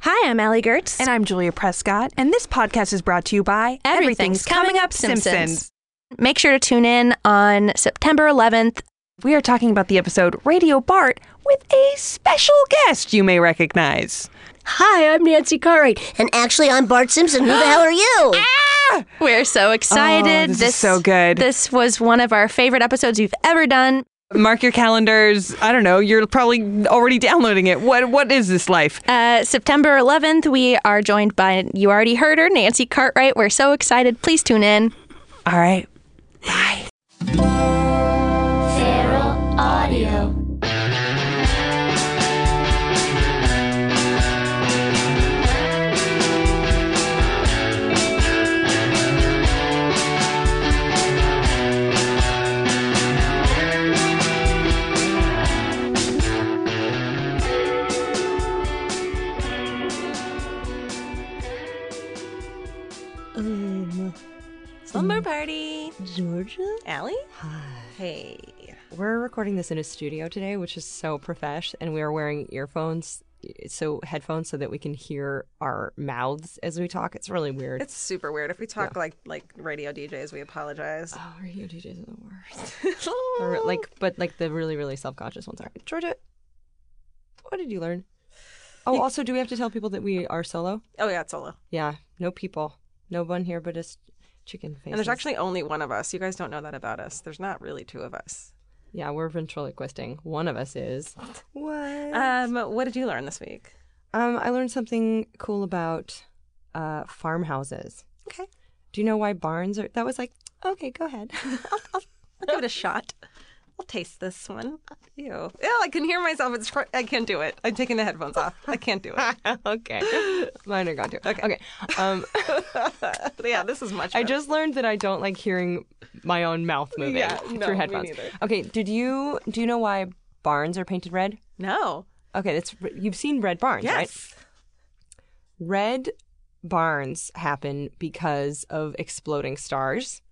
Hi, I'm Allie Gertz. And I'm Julia Prescott, and this podcast is brought to you by Everything's Coming Up Simpsons. make sure to tune in on September 11th. We are talking about the episode Radio Bart with a special guest you may recognize. Hi, I'm Nancy Cartwright. And actually, I'm Bart Simpson. Who the hell are you? Ah! We're so excited. this is so good. This was one of our favorite episodes we've ever done. Mark your calendars. I don't know. You're probably already downloading it. What What is this life? Uh, September 11th, we are joined by, you already heard her, Nancy Cartwright. We're so excited. Please tune in. All right. Feral Audio. Slumber party. Georgia? Allie? Hi. Hey. We're recording this in a studio today, which is so profesh, and we are wearing earphones, so headphones, so that we can hear our mouths as we talk. It's really weird. It's super weird. If we talk like like radio DJs, we apologize. oh, radio DJs are the worst. The re- like, but like the really, really self-conscious ones are. Georgia, what did you learn? Oh, also, do we have to tell people that we are solo? Oh yeah, it's solo. Yeah, no people, no one here, but us chicken faces. And there's actually only one of us. You guys don't know that about us. There's not really two of us. yeah, we're ventriloquisting. One of us is. Uh, What? Um, what did you learn this week? Um, I learned something cool about uh, farmhouses. Okay. Do you know why barns are? That was like, okay, go ahead. I'll give it a shot. I'll taste this one. Ew. Ew, I can hear myself. It's cr- I can't do it. I'm taking the headphones off. I can't do it. okay, mine are gone too. Okay, okay. Um, yeah, this is much. I better. just learned that I don't like hearing my own mouth moving Yeah, no, through me headphones. neither. Okay, did you do you know why barns are painted red? no. Okay, that's you've seen red barns, right? Yes. red barns happen because of exploding stars.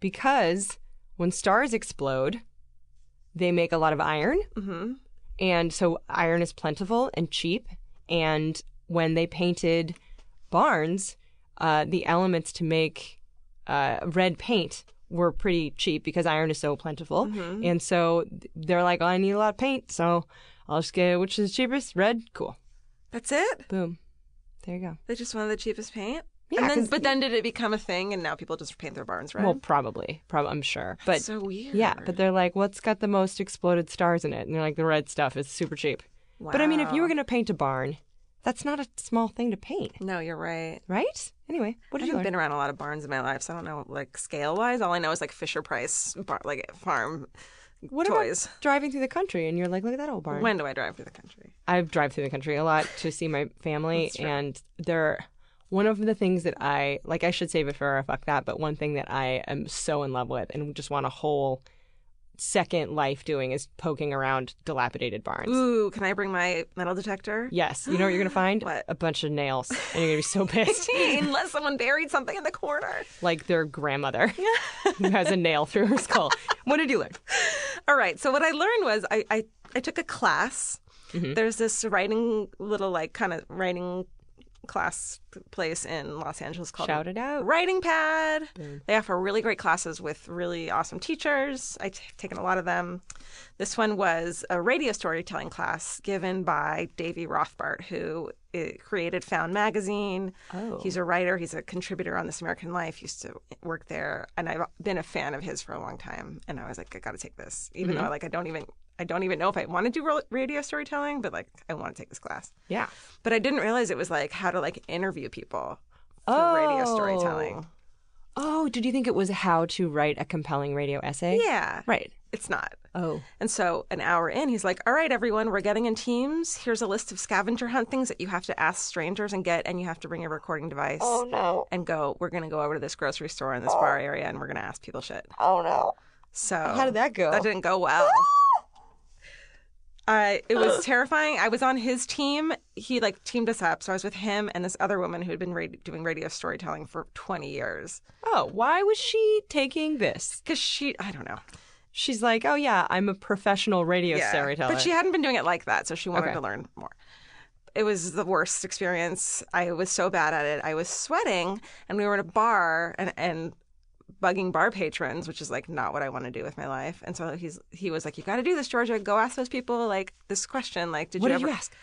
Because when stars explode, they make a lot of iron. Mm-hmm. And so iron is plentiful and cheap. And when they painted barns, uh, the elements to make uh, red paint were pretty cheap because iron is so plentiful. Mm-hmm. And so they're like, oh, I need a lot of paint. So I'll just get which is cheapest? Red? Cool. That's it. Boom. There you go. They just wanted the cheapest paint. Yeah, And then- 'cause- but then did it become a thing? And now people just paint their barns red. Well, probably, probably, I'm sure. But so weird. yeah, but they're like, what's got the most exploded stars in it? And they're like, the red stuff is super cheap. But I mean, if you were Wow. gonna paint a barn, that's not a small thing to paint, no, you're right. right? Anyway, what did I you haven't learn? been around a lot of barns in my life, so I don't know like scale wise. All I know is like Fisher Price bar, like farm what toys. about driving through the country? And you're like, look at that old barn. When do I drive through the country? I drive through the country a lot to see my family, and they're one of the things that I like. I should save it for our fuck that, but one thing that I am so in love with and just want a whole second life doing is poking around dilapidated barns. Ooh, can I bring my metal detector? Yes. You know what you're gonna find? What? A bunch of nails. And you're gonna be so pissed. Unless someone buried something in the corner. like their grandmother who has a nail through her skull. What did you learn? All right. So what I learned was I I, I took a class. Mm-hmm. There's this writing little like kind of writing class place in Los Angeles called Shout it out. Writing Pad. They offer really great classes with really awesome teachers. I've t- taken a lot of them. This one was a radio storytelling class given by Davey Rothbart, who uh, created Found Magazine. Oh. He's a writer, he's a contributor on This American Life, used to work there. And I've been a fan of his for a long time. And I was like, I got to take this, even though like I don't even. I don't even know if I want to do ro- radio storytelling, but like I want to take this class. Yeah. But I didn't realize it was like how to like interview people for radio Oh. storytelling. Oh, did you think it was how to write a compelling radio essay? Yeah. Right. It's not. Oh. And so an hour in, he's like, All right, everyone, we're getting in teams. Here's a list of scavenger hunt things that you have to ask strangers and get, and you have to bring a recording device. Oh, no. And go, We're going to go over to this grocery store in this bar area and we're going to ask people shit. Oh, no. So, how did that go? That didn't go well. Uh, it was terrifying. I was on his team. He like teamed us up. So I was with him and this other woman who had been radi- doing radio storytelling for 20 years. Oh, why was she taking this? Because she, I don't know. She's like, oh yeah, I'm a professional radio storyteller. But she hadn't been doing it like that, so she wanted Okay. to learn more. it was the worst experience. I was so bad at it. I was sweating, and we were in a bar and and bugging bar patrons, which is like not what I want to do with my life. And so he's he was like, "You got to do this, Georgia. Go ask those people like this question. Like, did What you did ever you ask?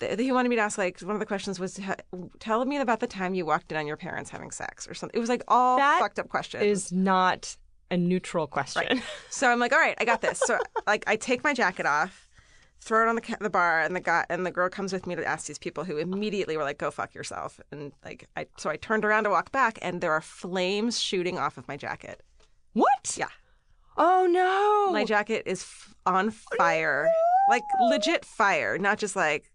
th- he wanted me to ask like one of the questions was "Ha- tell me about the time you walked in on your parents having sex or something. It was like all That fucked up questions. Is not a neutral question. so I'm like, all right, I got this. So like I take my jacket off, throw it on the, ca- the bar, and the guy and the girl comes with me to ask these people who immediately were like, go fuck yourself. And like I so I turned around to walk back, and there are flames shooting off of my jacket. What? Yeah. Oh no. My jacket is f- on fire, like legit fire, not just like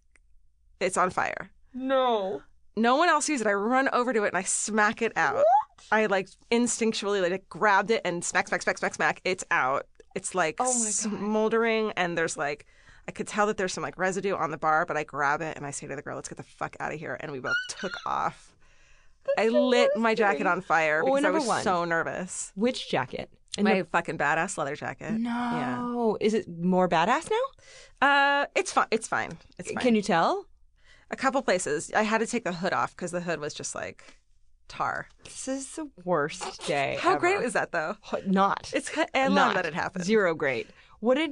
it's on fire. no. No one else sees it. I run over to it and I smack it out. I like instinctually like grabbed it and smack, smack, smack, smack, smack. It's out. It's like Oh smoldering and there's like I could tell that there's some like residue on the bar, but I grab it and I say to the girl, "Let's get the fuck out of here!" And we both took off. I lit my jacket on fire Well, because I Oh, number was one. so nervous. Which jacket? And My fucking badass leather jacket. no. Yeah. Is it more badass now? Uh, it's fine. It's fine. It's fine. Can you tell? A couple places. I had to take the hood off because the hood was just like tar. This is the worst day. How ever. great was that though? Ho- not. It's ki- I love not that it happened. Zero great. What did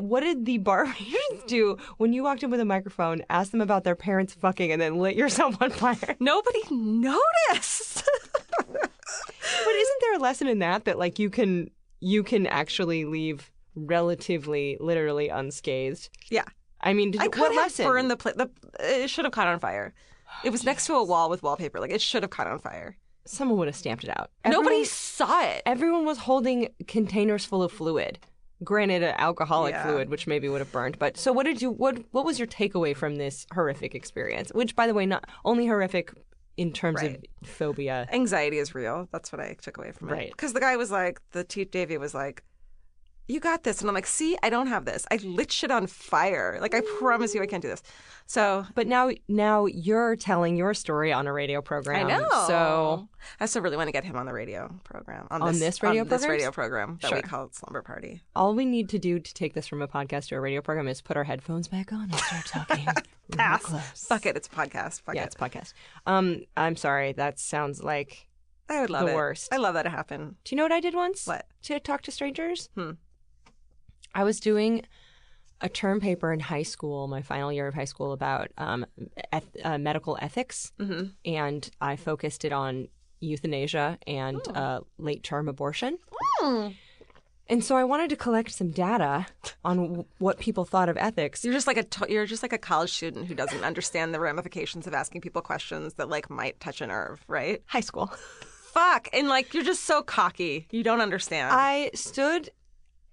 what did the bar bartenders do when you walked in with a microphone, asked them about their parents fucking, and then lit yourself on fire? Nobody noticed. But isn't there a lesson in that that like you can you can actually leave relatively literally unscathed? yeah, I mean, did, I you- could what have lesson? burned the plate. The it should have caught on fire. It was next to a wall with wallpaper. Like it should have caught on fire. Mm-hmm. Someone would have stamped it out. Nobody Everyone- saw it. Everyone was holding containers full of fluid. Granted, an alcoholic Yeah. fluid, which maybe would have burned. But so, what did you? What What was your takeaway from this horrific experience? Which, by the way, not only horrific in terms Right. of phobia. Anxiety is real. That's what I took away from it. Right. Because the guy was like, the Chief Davy was like, "You got this," and I'm like, "See, I don't have this. I lit shit on fire. Like I promise you, I can't do this." So But now, now you're telling your story on a radio program. I know. So Um, I still really want to get him on the radio program. On, On this radio on this programs? radio program that we Sure. call Slumber Party. all we need to do to take this from a podcast to a radio program is put our headphones back on and start talking. Pass. Close. Ah, Fuck it, it's a podcast. Fuck Oh, Yeah, it. it's a podcast. Um, I'm sorry. That sounds like. I would love the it. worst. I love that it happened. Do you know what I did once? What? To talk to strangers? Hmm. I was doing a term paper in high school, my final year of high school, about um, eth- uh, medical ethics. Mhm. And I focused it on euthanasia and uh, late term abortion. And so I wanted to collect some data on w- what people thought of ethics. You're just like a to- you're just like a college student who doesn't understand the ramifications of asking people questions that like might touch a nerve, right? High school. Fuck, and like you're just so cocky. You don't understand. I stood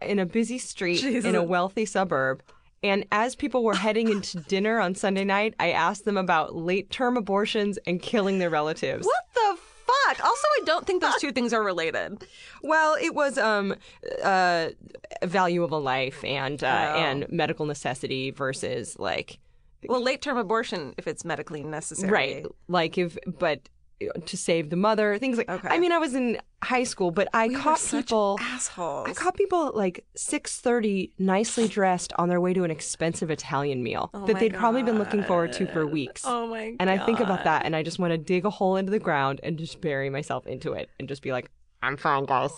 in a busy street Jesus. in a wealthy suburb. And as people were heading into dinner on Sunday night, I asked them about late term abortions and killing their relatives. what the fuck? Also, I don't think those two things are related. Well, it was um, uh, value of a life and uh, and medical necessity versus like Well, late term abortion if it's medically necessary. right, like if but to save the mother, things like. Okay. I mean, I was in high school, but I We are caught such people. assholes. I caught people at like six thirty, nicely dressed, on their way to an expensive Italian meal that Oh my they'd probably been looking forward to for weeks. Oh my god. and I think about that, and I just want to dig a hole into the ground and just bury myself into it, and just be like, "I'm fine, guys."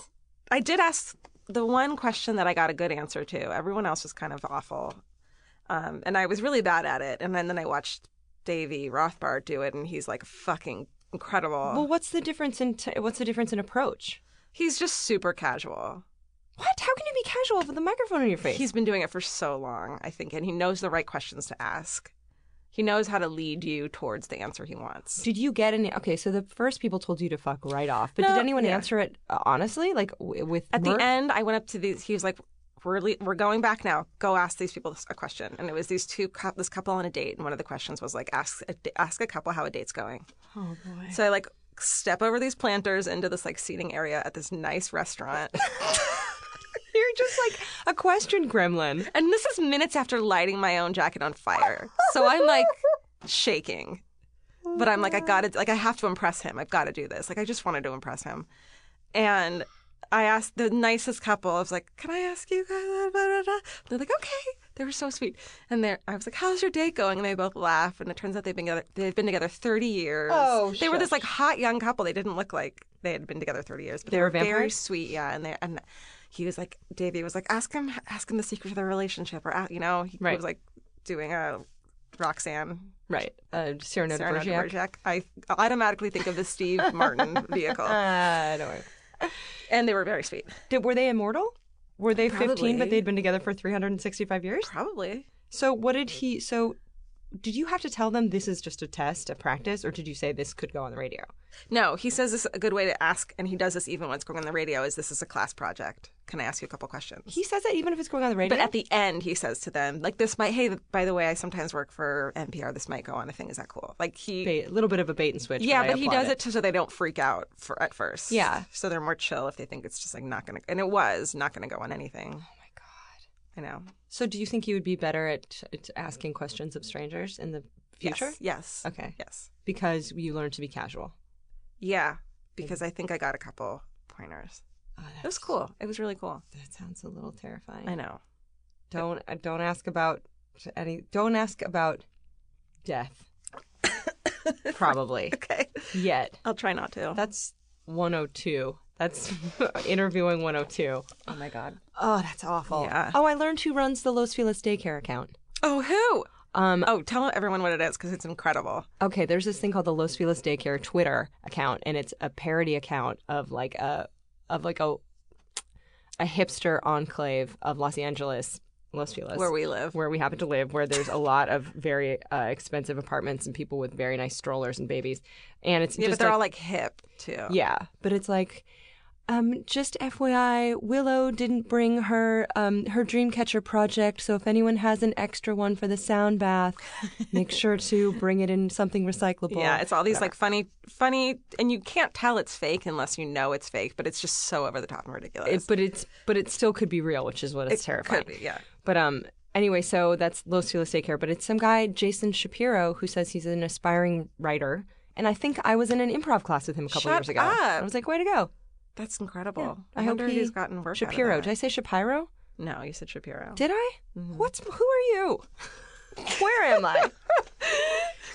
I did ask the one question that I got a good answer to. Everyone else was kind of awful. Um, and I was really bad at it. And then, then I watched Davey Rothbard do it, and he's like fucking incredible. Well, what's the difference in t- what's the difference in approach? he's just super casual. What? How can you be casual with a microphone in your face? He's been doing it for so long, I think, and he knows the right questions to ask. He knows how to lead you towards the answer he wants. did you get any? Okay, so the first people told you to fuck right off, but No, did anyone yeah. answer it uh, honestly? Like w- with At the mirth? end, I went up to these. He was like, "We're le- we're going back now. Go ask these people a question." And it was these two cou- this couple on a date, and one of the questions was like, "Ask a, ask a couple how a date's going." Oh boy. So I like step over these planters into this like seating area at this nice restaurant. You're just like a question gremlin. and this is minutes after lighting my own jacket on fire. So I'm like shaking. But I'm like, I gotta, like, I have to impress him. I've gotta do this. Like, I just wanted to impress him. And I asked the nicest couple. I was like, "Can I ask you?" guys blah, blah, blah, blah?" They're like, "Okay." They were so sweet, and they I was like, "How's your date going?" And they both laugh. And it turns out they've been together, they've been together thirty years. Oh, they were this like hot young couple. They didn't look like they had been together thirty years, but they, were very vampires? sweet. Yeah, and they and he was like, Davey was like, "Ask him, ask him the secret of their relationship," or uh, you know, he Right. was like doing a Roxanne Right. Uh, Cyrano de Sarah Bergerac. Dvorak. I automatically think of the Steve Martin vehicle, Uh, don't worry. and they were very sweet. Did, were they immortal? Were they 15, Probably. but they'd been together for 365 years? Probably. So what did he? So did you have to tell them this is just a test, a practice, or did you say this could go on the radio? No, he says this is a good way to ask, and he does this even when it's going on the radio. Is this is a class project? Can I ask you a couple questions? He says that even if it's going on the radio. But at the end, he says to them, like, this might, hey, by the way, I sometimes work for NPR. This might go on a thing. Is that cool? Like, he, Bait- a little bit of a bait and switch. yeah, I but he applaud does it to, so they don't freak out for, at first. Yeah. So they're more chill if they think it's just like not going to, and it was not going to go on anything. Oh my God. I know. So do you think you would be better at, at asking questions of strangers in the future? Yes. Yes. Okay. Yes. Because you learn to be casual. Yeah, because I think I got a couple pointers. Oh, that, It was cool. It was really cool. That sounds a little terrifying. I know. Don't uh, don't ask about any. Don't ask about death. Probably Okay. yet. I'll try not to. That's 102. That's interviewing 102. oh my god. Oh, that's awful. Yeah. Oh, I learned who runs the Los Feliz daycare account. Oh who? Um, Oh, tell everyone what it is because it's incredible. Okay, there's this thing called the Los Feliz Daycare Twitter account, and it's a parody account of like a of like a a hipster enclave of Los Angeles, Los Feliz, Where we live. where we happen to live, where there's a lot of very uh, expensive apartments and people with very nice strollers and babies, and it's Yeah, just but they're like, all like hip too. yeah, but it's like. Um, just FYI, Willow didn't bring her um, her Dreamcatcher project, so if anyone has an extra one for the sound bath, make sure to bring it in something recyclable. Yeah, it's all these like funny, funny, and you can't tell it's fake unless you know it's fake. But it's just so over the top and ridiculous. it, but it's but it still could be real, which is what is terrifying. Could be, yeah. But um, anyway, so that's Los Feliz Daycare. But it's some guy Jason Shapiro who says he's an aspiring writer, and I think I was in an improv class with him a couple Shut years ago. up. I was like, way to go, That's incredible. I I, hope wonder if he- he's gotten work. out of Shapiro. that. Did I say Shapiro? No, you said Shapiro. Did I? Mm-hmm. What's who are you? Where am I?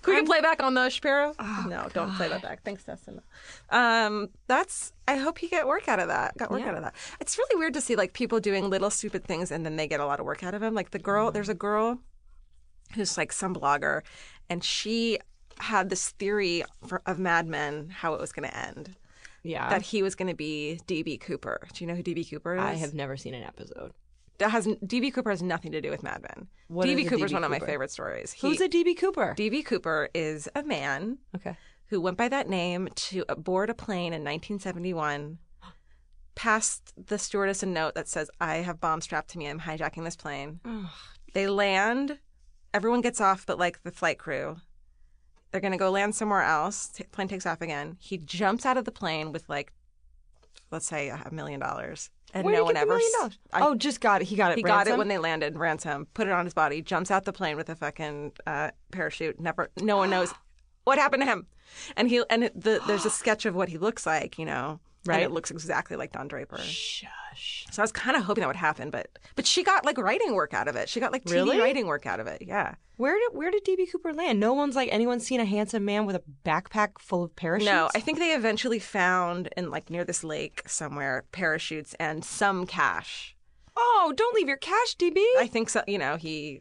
Could we play back on the Shapiro? no, don't play that back. Thanks, Dustin. Oh, Um, that's. I hope you get work out of that. Got work out of that. It's really weird to see like people doing little stupid things and then they get a lot of work out of them. Like the girl, there's a girl who's like some blogger, and she had this theory for, of Mad Men how it was going to end. yeah, That he was going to be DB Cooper. Do you know who DB Cooper is? I have never seen an episode. That has DB Cooper has nothing to do with Mad Men. What DB is a Cooper's DB one of my Cooper? favorite stories. He, Who's a DB Cooper? DB Cooper is a man okay. who went by that name to board a plane in 1971 passed the stewardess a note that says i have bombs strapped to me i'm hijacking this plane they land everyone gets off but like the flight crew they're going to go land somewhere else T- plane takes off again he jumps out of the plane with like let's say a million dollars and Where did no he one get the ever million s- dollars? I- oh, just got it. He got it. he got it ransom? when they landed ransom put it on his body jumps out the plane with a fucking uh, parachute never no one knows what happened to him and he and it- the, there's a sketch of what he looks like you know and Right. it looks exactly like don draper Shush. so i was kind of hoping that would happen but but she got like writing work out of it she got like tv Really? writing work out of it yeah Where did where did DB Cooper land? No one's like anyone's seen a handsome man with a backpack full of parachutes. no i think they eventually found in like near this lake somewhere parachutes and some cash oh, don't leave your cash, DB. I think so. You know, he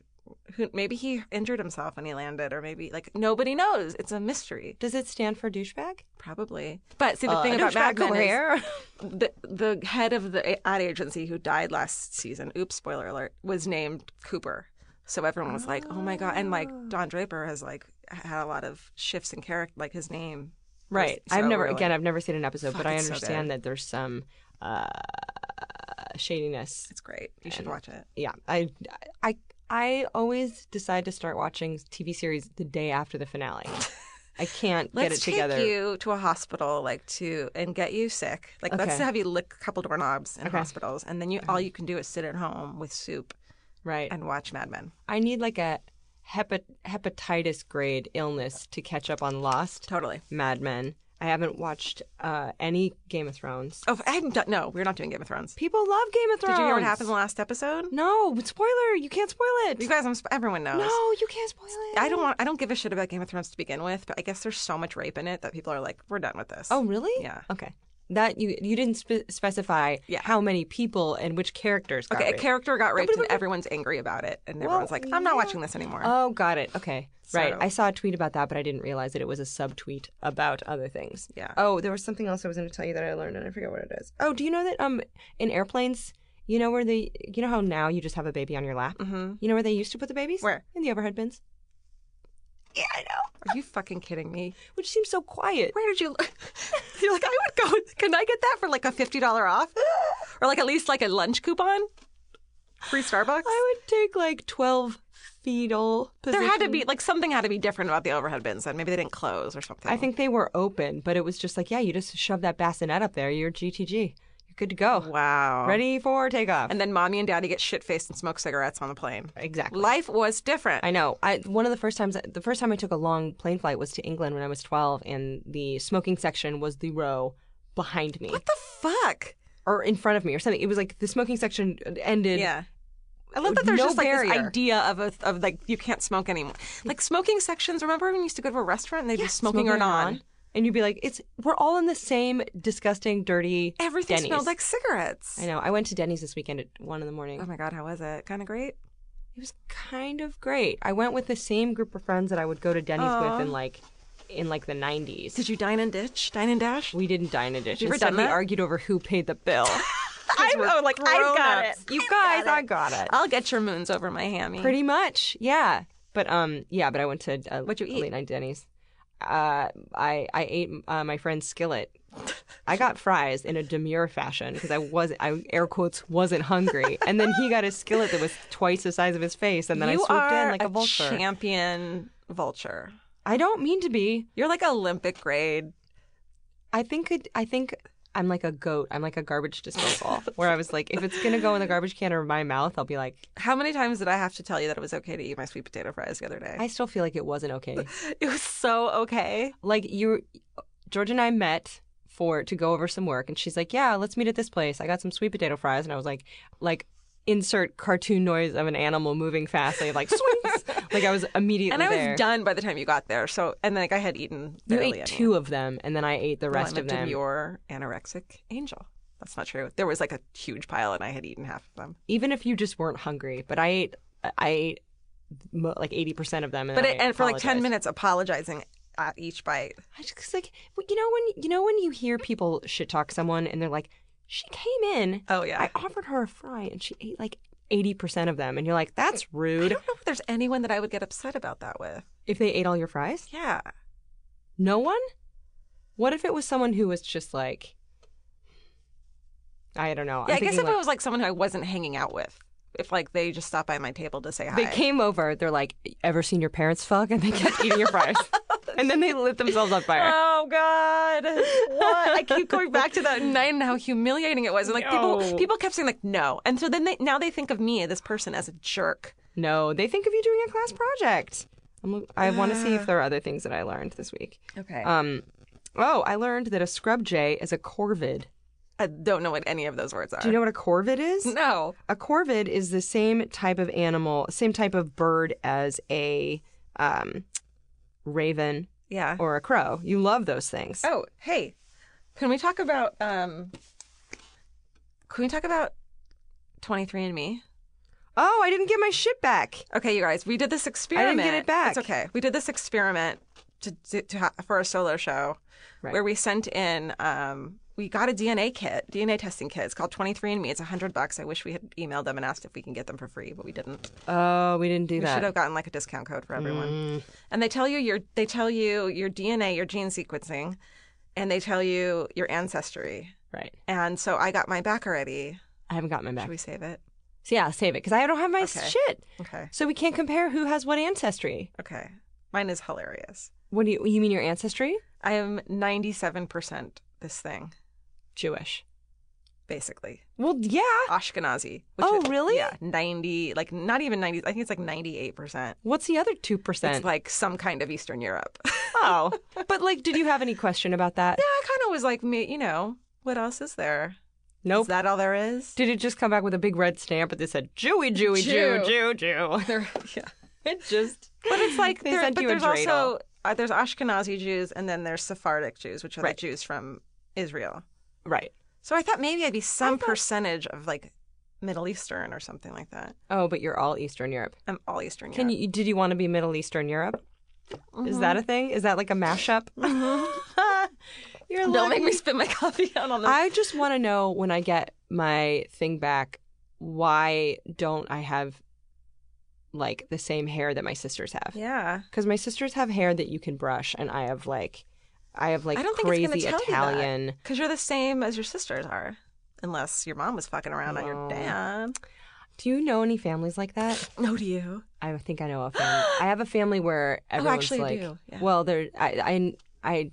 who, maybe he injured himself when he landed, or maybe like nobody knows. It's a mystery, Does it stand for douchebag? probably. But see, the thing about Mad Men is hair. the the head of the a- ad agency who died last season. Oops, spoiler alert. Was named Cooper. So everyone was like, "Oh my god!" And like Don Draper has like had a lot of shifts in character, like his name. Right. So I've never really- again. I've never seen an episode, but Fuck, I it's so understand good. that there's some uh, shadiness. It's great. You should watch it. Yeah. I I I always decide to start watching TV series the day after the finale. I can't Let's get it together. take you to a hospital, like to and get you sick. Like let's Okay. have you lick a couple doorknobs in Okay. hospitals, and then you all you can do is sit at home with soup Right. and watch Mad Men. I need like a hepat- hepatitis grade illness to catch up on Lost. Totally. Mad Men. I haven't watched uh, any Game of Thrones. Oh, I haven't done. No, we're not doing Game of Thrones. People love Game of Thrones. Did you hear what happened in the last episode? No, spoiler. You can't spoil it. You guys, I'm, sp- everyone knows. no, you can't spoil it. I don't want. I don't give a shit about Game of Thrones to begin with, but I guess there's so much rape in it that people are like, "We're done with this." Oh, really? Yeah. Okay. That you you didn't spe- specify Yeah. how many people and which characters. Got okay. A raped. character got raped, and everyone's angry about it, and everyone's like, "I'm not watching this anymore." Oh, got it. Okay. right. So- I saw a tweet about that, but I didn't realize that it was a subtweet about other things. Yeah. Oh, there was something else I was going to tell you that I learned, and I forget what it is. Oh, do you know that um in airplanes, you know where they, you know how now you just have a baby on your lap. Mm-hmm. You know where they used to put the babies? Where? In the overhead bins. Yeah, I know. Are you fucking kidding me? Which seems so quiet. Where did you? You're like, I would go. Can I get that for like a fifty dollar off, or like at least like a lunch coupon, free Starbucks? I would take like twelve fetal. there Position. had to be like something had to be different about the overhead bins. Then maybe they didn't close or something. I think they were open, but it was just like, yeah, you just shove that bassinet up there. You're GTG. You're good to go. Wow. Ready for takeoff. And then mommy and daddy get shit faced and smoke cigarettes on the plane. exactly. Life was different. I know. I one of the first times the first time I took a long plane flight was to England when I was 12 and the smoking section was the row behind me What the fuck? or in front of me or something. It was like the smoking section ended Yeah. I love that there's No just like this barrier. idea of a, of like you can't smoke anymore. Like smoking sections. Remember when we used to go to a restaurant and they'd be smoking, or and non? And you'd be like, it's we're all in the same disgusting, dirty Everything Denny's. smelled like cigarettes. I know. I went to Denny's this weekend at one in the morning. Oh my god, how was it? Kind of great. It was kind of great. I went with the same group of friends that I would go to Denny's with in like in like the 90s. Did you dine and ditch? Dine and dash? we didn't dine in dish. you ever Instead, done we that? argued over who paid the bill. I know, like I've got it. You guys, I got it. I'll get your moons over my hammy. Pretty much, yeah. But um, yeah. But I went to uh, What'd you eat? Late night Denny's. Uh, I I ate uh, my friend's skillet. I got fries in a demure fashion because I was I air quotes wasn't hungry, and then he got a skillet that was twice the size of his face, and then I you swooped are in like a, vulture. champion vulture. I don't mean to be. You're like Olympic grade. I think it, I think I'm like a goat. I'm like a garbage disposal. where I was like, if it's gonna go in the garbage can or my mouth, I'll be like, How many times did I have to tell you that it was okay to eat my sweet potato fries the other day? I still feel like it wasn't okay. it was so okay. like you George and I met for to go over some work and she's like, "Yeah, let's meet at this place. I got some sweet potato fries." And I was like, like insert cartoon noise of an animal moving fastly like swings. like I was immediately And I was there. done by the time you got there. So, and like I had eaten. You barely ate any. two of them and then I ate the Well, rest I'm of a them. demure anorexic angel. That's not true. There was like a huge pile, and I had eaten half of them. Even if you just weren't hungry, but I ate I ate mo- like 80% of them and But then it, I and for like ten apologized. minutes, apologizing at each bite. I just 'cause, like well, you know when you know when you hear people shit talk someone and they're like, she came in. Oh, yeah. I offered her a fry and she ate like eighty percent of them, and you're like, that's I rude. don't know if there's anyone that I would get upset about that with. If they ate all your fries, Yeah. no one. What if it was someone who was just like, I don't know. Yeah, I'm I guess thinking, if like, it was like someone who I wasn't hanging out with, if like they just stopped by my table to say hi. They came over. They're like, "Ever seen your parents fuck?" And they kept eating your fries, and then they lit themselves on fire. Oh God! What? I keep going back to that night and how humiliating it was. And like people, No. people kept saying like no, and so then they now they think of me this person as a jerk. No, they think of you doing a class project. I'm, I want to see if there are other things that I learned this week. Okay. Um, oh, I learned that a scrub jay is a corvid. I don't know what any of those words are. Do you know what a corvid is? No. A corvid is the same type of animal, same type of bird as a um, raven Yeah. or a crow. You love those things. Oh, hey, can we talk about um? Can we talk about twenty three and Me? Oh, I didn't get my shit back. Okay, you guys, we did this experiment. get it back. It's okay. We did this experiment to, to, to ha- for a solo show Right. where we sent in. Um, we got a DNA kit, DNA testing kit. It's called 23andMe. It's 100 bucks. I wish we had emailed them and asked if we can get them for free, but we didn't. Oh, we didn't do We that. should have gotten like a discount code for Mm. everyone. And they tell you your they tell you your DNA, your gene sequencing, and they tell you your ancestry. Right. And so I got mine back already. I haven't got my back. Should we save it? So yeah, save it because I don't have my Okay. shit. Okay. So we can't compare who has what ancestry. Okay. Mine is hilarious. What do you, you mean your ancestry? I am 97% this thing. Jewish. basically. Well, yeah. Ashkenazi. Which Oh, is- really? Yeah, ninety, like not even ninety. I think it's like ninety-eight percent. What's the other two percent? It's like some kind of Eastern Europe. oh, but like, did you have any question about that? I kind of was like, me, you know, what else is there? Nope. Is that all there is? Did it just come back with a big red stamp that said Jewy, Jewy, Jew, Jew, Jew? It just. But it's like, They there- sent but you a there's also uh, there's Ashkenazi Jews and then there's Sephardic Jews, which are Right. the Jews from Israel. Right. So I thought maybe I'd be some percentage of like Middle Eastern or something like that. Oh, but you're all Eastern Europe. I'm all Eastern Can Europe. you? Did you want to be Middle Eastern Europe? Mm-hmm. Is that a thing? Is that like a mashup? Don't make me spit my coffee out on the. I just want to know when I get my thing back, why don't I have like the same hair that my sisters have? yeah. Because my sisters have hair that you can brush, and I have like, I have like I don't think crazy it's going to tell Italian. you that because you're the same as your sisters are, unless your mom was fucking around on your dad. Do you know any families like that? No, do you? I think I know a family. I have a family where everyone's Oh, actually, I like, do. Yeah. well, they're I, I I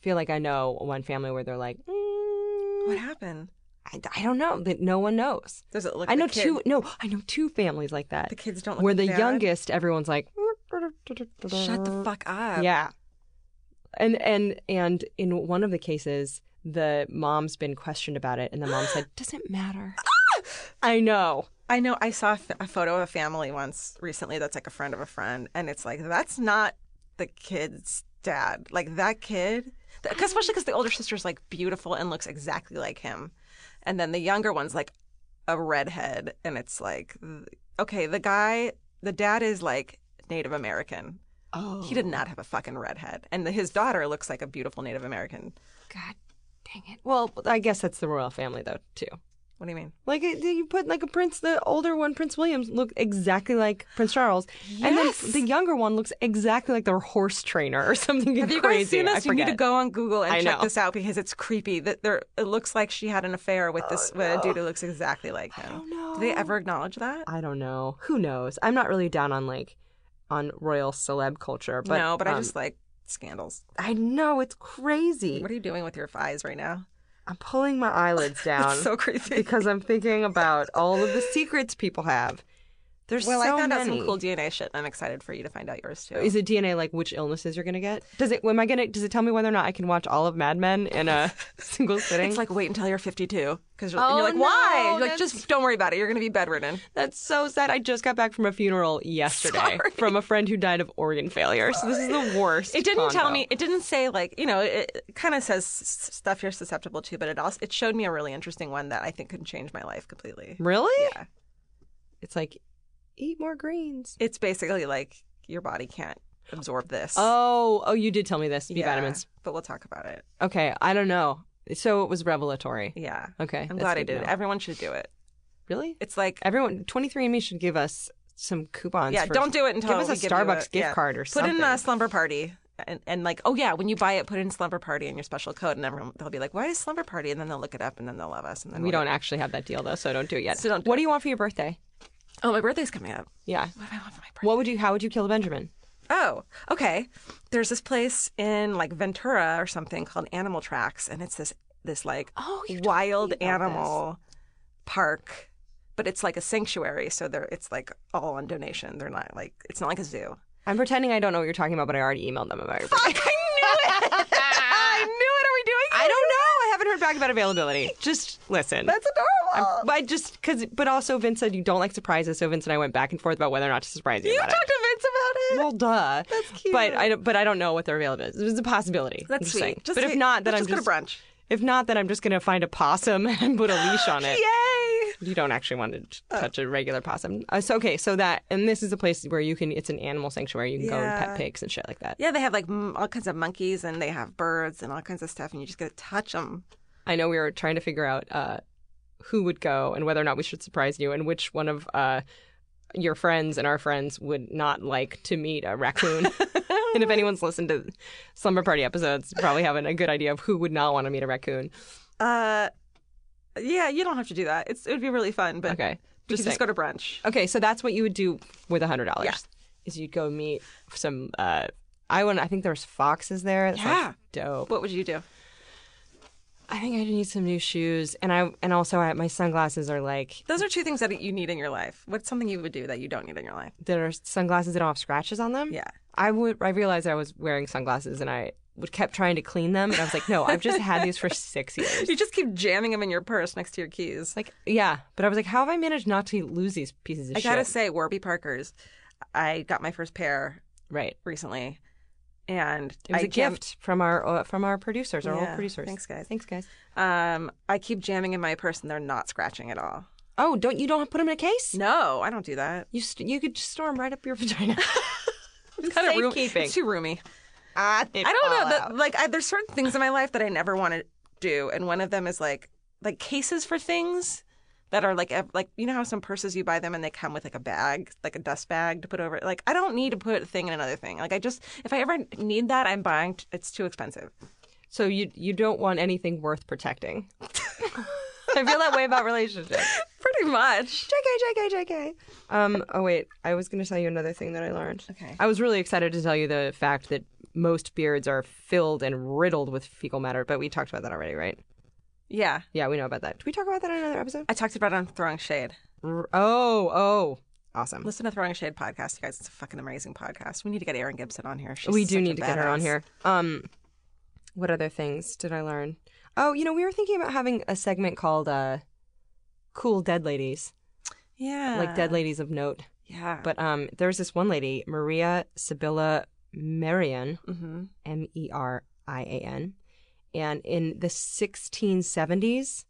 feel like I know one family where they're like, mm, What happened? I, I don't know that no one knows. Does it look? I the know kid- two. No, I know two families like that. The kids don't look. where the bad? youngest, everyone's like, Shut the fuck up. yeah, and and and in one of the cases, the mom's been questioned about it, and the mom said, "Doesn't matter." Ah! I know. I know. I saw a f- a photo of a family once recently that's like a friend of a friend, and it's like that's not the kid's dad. Like that kid, th- 'cause especially because the older sister's like beautiful and looks exactly like him, and then the younger one's like a redhead, and it's like th- okay, the guy, the dad is like Native American. Oh, He did not have a fucking redhead, and his daughter looks like a beautiful Native American. God, dang it. Well, I guess that's the royal family though too. What do you mean? Like it- you put like a prince, the older one, Prince Williams, looked exactly like Prince Charles, and then the younger one looks exactly like their horse trainer or something Have you crazy. guys seen I this? You need to forget. go on Google and I check know. this out because it's creepy. That there, it looks like she had an affair Oh, with this with a dude who looks exactly like him. know. Do they ever acknowledge that? I don't know. Who knows? I'm not really down on like on royal celeb culture, but no, but I um, just like scandals. I know it's crazy. What are you doing with your eyes right now? I'm pulling my eyelids down It's so creepy. because I'm thinking about all of the secrets people have. There's well, so I found out many. some cool DNA shit. and I'm excited for you to find out yours too. Is it DNA like which illnesses you're gonna get? Does it? Am I gonna? Does it tell me whether or not I can watch all of Mad Men in a single sitting? it's like wait until you're 52 because you're, Oh, you're like no, why? You're like that's- just don't worry about it. You're gonna be bedridden. that's so sad. I just got back from a funeral yesterday from a friend who died of organ failure. So this is the worst. It didn't tell combo. me. It didn't say like you know. It, it kind of says s- stuff you're susceptible to, but it also it showed me a really interesting one that I think could change my life completely. Really? Yeah. It's like eat more greens. It's basically like your body can't absorb this. Oh, oh, you did tell me this. B Yeah, vitamins. But we'll talk about it. Okay, I don't know. So it was revelatory. Yeah. Okay, I'm that's glad I good to did. it. know. Everyone should do it. Really? It's like Everyone, 23andMe should give us some coupons. yeah. for- Don't do it until give us a we you Starbucks gift yeah. card or Put something. in a slumber party. And, and like oh yeah when you buy it put in slumber party in your special code and everyone they'll be like why is slumber party and then they'll look it up and then they'll love us and then We we'll don't get- actually have that deal though, so don't do it yet. So don't do what do you want for your birthday? oh my birthday's coming up Yeah. what do I want for my birthday What would you? How would you kill a Benjamin? oh, okay. There's this place in like Ventura or something called Animal Tracks, and it's this this like Oh, you told me wild about this. animal park, but it's like a sanctuary, so they're it's like all on donation. They're not like it's not like a zoo. I'm pretending I don't know what you're talking about, but I already emailed them about your birthday. I knew it. I knew it. Are we doing? I don't know. I haven't heard back about availability. Just listen. That's adorable. But I just because, but also Vince said you don't like surprises, so Vince and I went back and forth about whether or not to surprise you. you about talked it. to Vince about it. Well, duh. That's cute. But I don't. But I don't know what their availability is. It's a possibility. I'm That's just sweet. saying. Just but if take- not, then let's I'm just just go to brunch. If not, then I'm just gonna find a possum and put a leash on it. Yay! You don't actually want to t- Oh. touch a regular possum. Uh, so okay, so that and this is a place where you can. It's an animal sanctuary. You can go and pet Yeah. pigs and shit like that. Yeah, they have like m- all kinds of monkeys and they have birds and all kinds of stuff, and you just get to touch them. I know we were trying to figure out uh, who would go and whether or not we should surprise you and which one of uh, your friends and our friends would not like to meet a raccoon. and if anyone's listened to slumber party episodes, probably having a good idea of who would not want to meet a raccoon. Uh, yeah, you don't have to do that. It's it would be really fun, but Okay, you just can just go to brunch. Okay, so that's what you would do with a hundred dollars. Yeah. Is you'd go meet some. Uh, I went. I think there was foxes there. That sounds Yeah. dope. What would you do? I think I need some new shoes, and I and also I, my sunglasses are like Those are two things that you need in your life. What's something you would do that you don't need in your life? there are sunglasses that don't have scratches on them. Yeah. I would. I realized I was wearing sunglasses, and I would kept trying to clean them, and I was like, no, I've just had these for six years. You just keep jamming them in your purse next to your keys. Like, yeah, but I was like, how have I managed not to lose these pieces of I shit? gotta say, Warby Parker's. I got my first pair right. recently, and It was I a gift from our uh, from our producers, our Yeah, old producers. thanks, guys. Thanks, guys. Keep, um, I keep jamming in my purse, and they're not scratching at all. Oh, don't you don't put them in a case? No, I don't do that. You st- you could just store them right up your vagina. It's kinda room- Safekeeping. It's too roomy. I I don't know. That, like, I, there's certain things in my life that I never want to do, and one of them is like like cases for things that are like ev- like you know how some purses you buy them and they come with like a bag, like a dust bag to put over. it? Like, I don't need to put a thing in another thing. Like, I just if I ever need that, I'm buying. T- it's too expensive. So you you don't want anything worth protecting. I feel that way about relationships. Pretty much. JK, JK, JK. Um, oh wait, I was gonna tell you another thing that I learned. Okay. I was really excited to tell you the fact that most beards are filled and riddled with fecal matter, but we talked about that already, right? Yeah, Yeah, we know about that. Did we talk about that in another episode? I talked about it on Throwing Shade. R- oh, oh. Awesome. Listen to Throwing Shade podcast, you guys. It's a fucking amazing podcast. We need to get Erin Gibson on here. She's we do such a need to get her on badass. here. Um, what other things did I learn? Oh, you know, we were thinking about having a segment called uh, "Cool Dead Ladies," Yeah, like dead ladies of note. Yeah, But um, there's this one lady, Maria Sibylla Merian, hmm M E R I A N, and in the 1670s,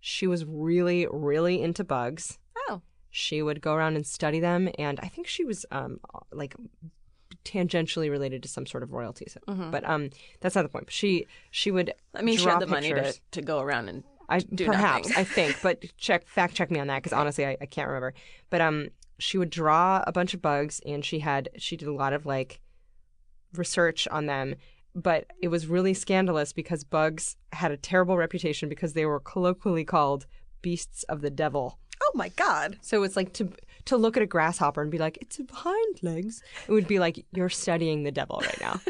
she was really, really into bugs. Oh. She would go around and study them, and I think she was um like tangentially related to some sort of royalty. So, But um, that's not the point. She she would. Mm-hmm. I mean, she draw had the money to, pictures. to go around and I do perhaps nothing. I think, but check fact check me on that because honestly, I, I can't remember. But um, she would draw a bunch of bugs, and she had she did a lot of like research on them. But it was really scandalous because bugs had a terrible reputation because they were colloquially called beasts of the devil. Oh my God. So it's like to to look at a grasshopper and be like, it's hind legs. It would be like you're studying the devil right now.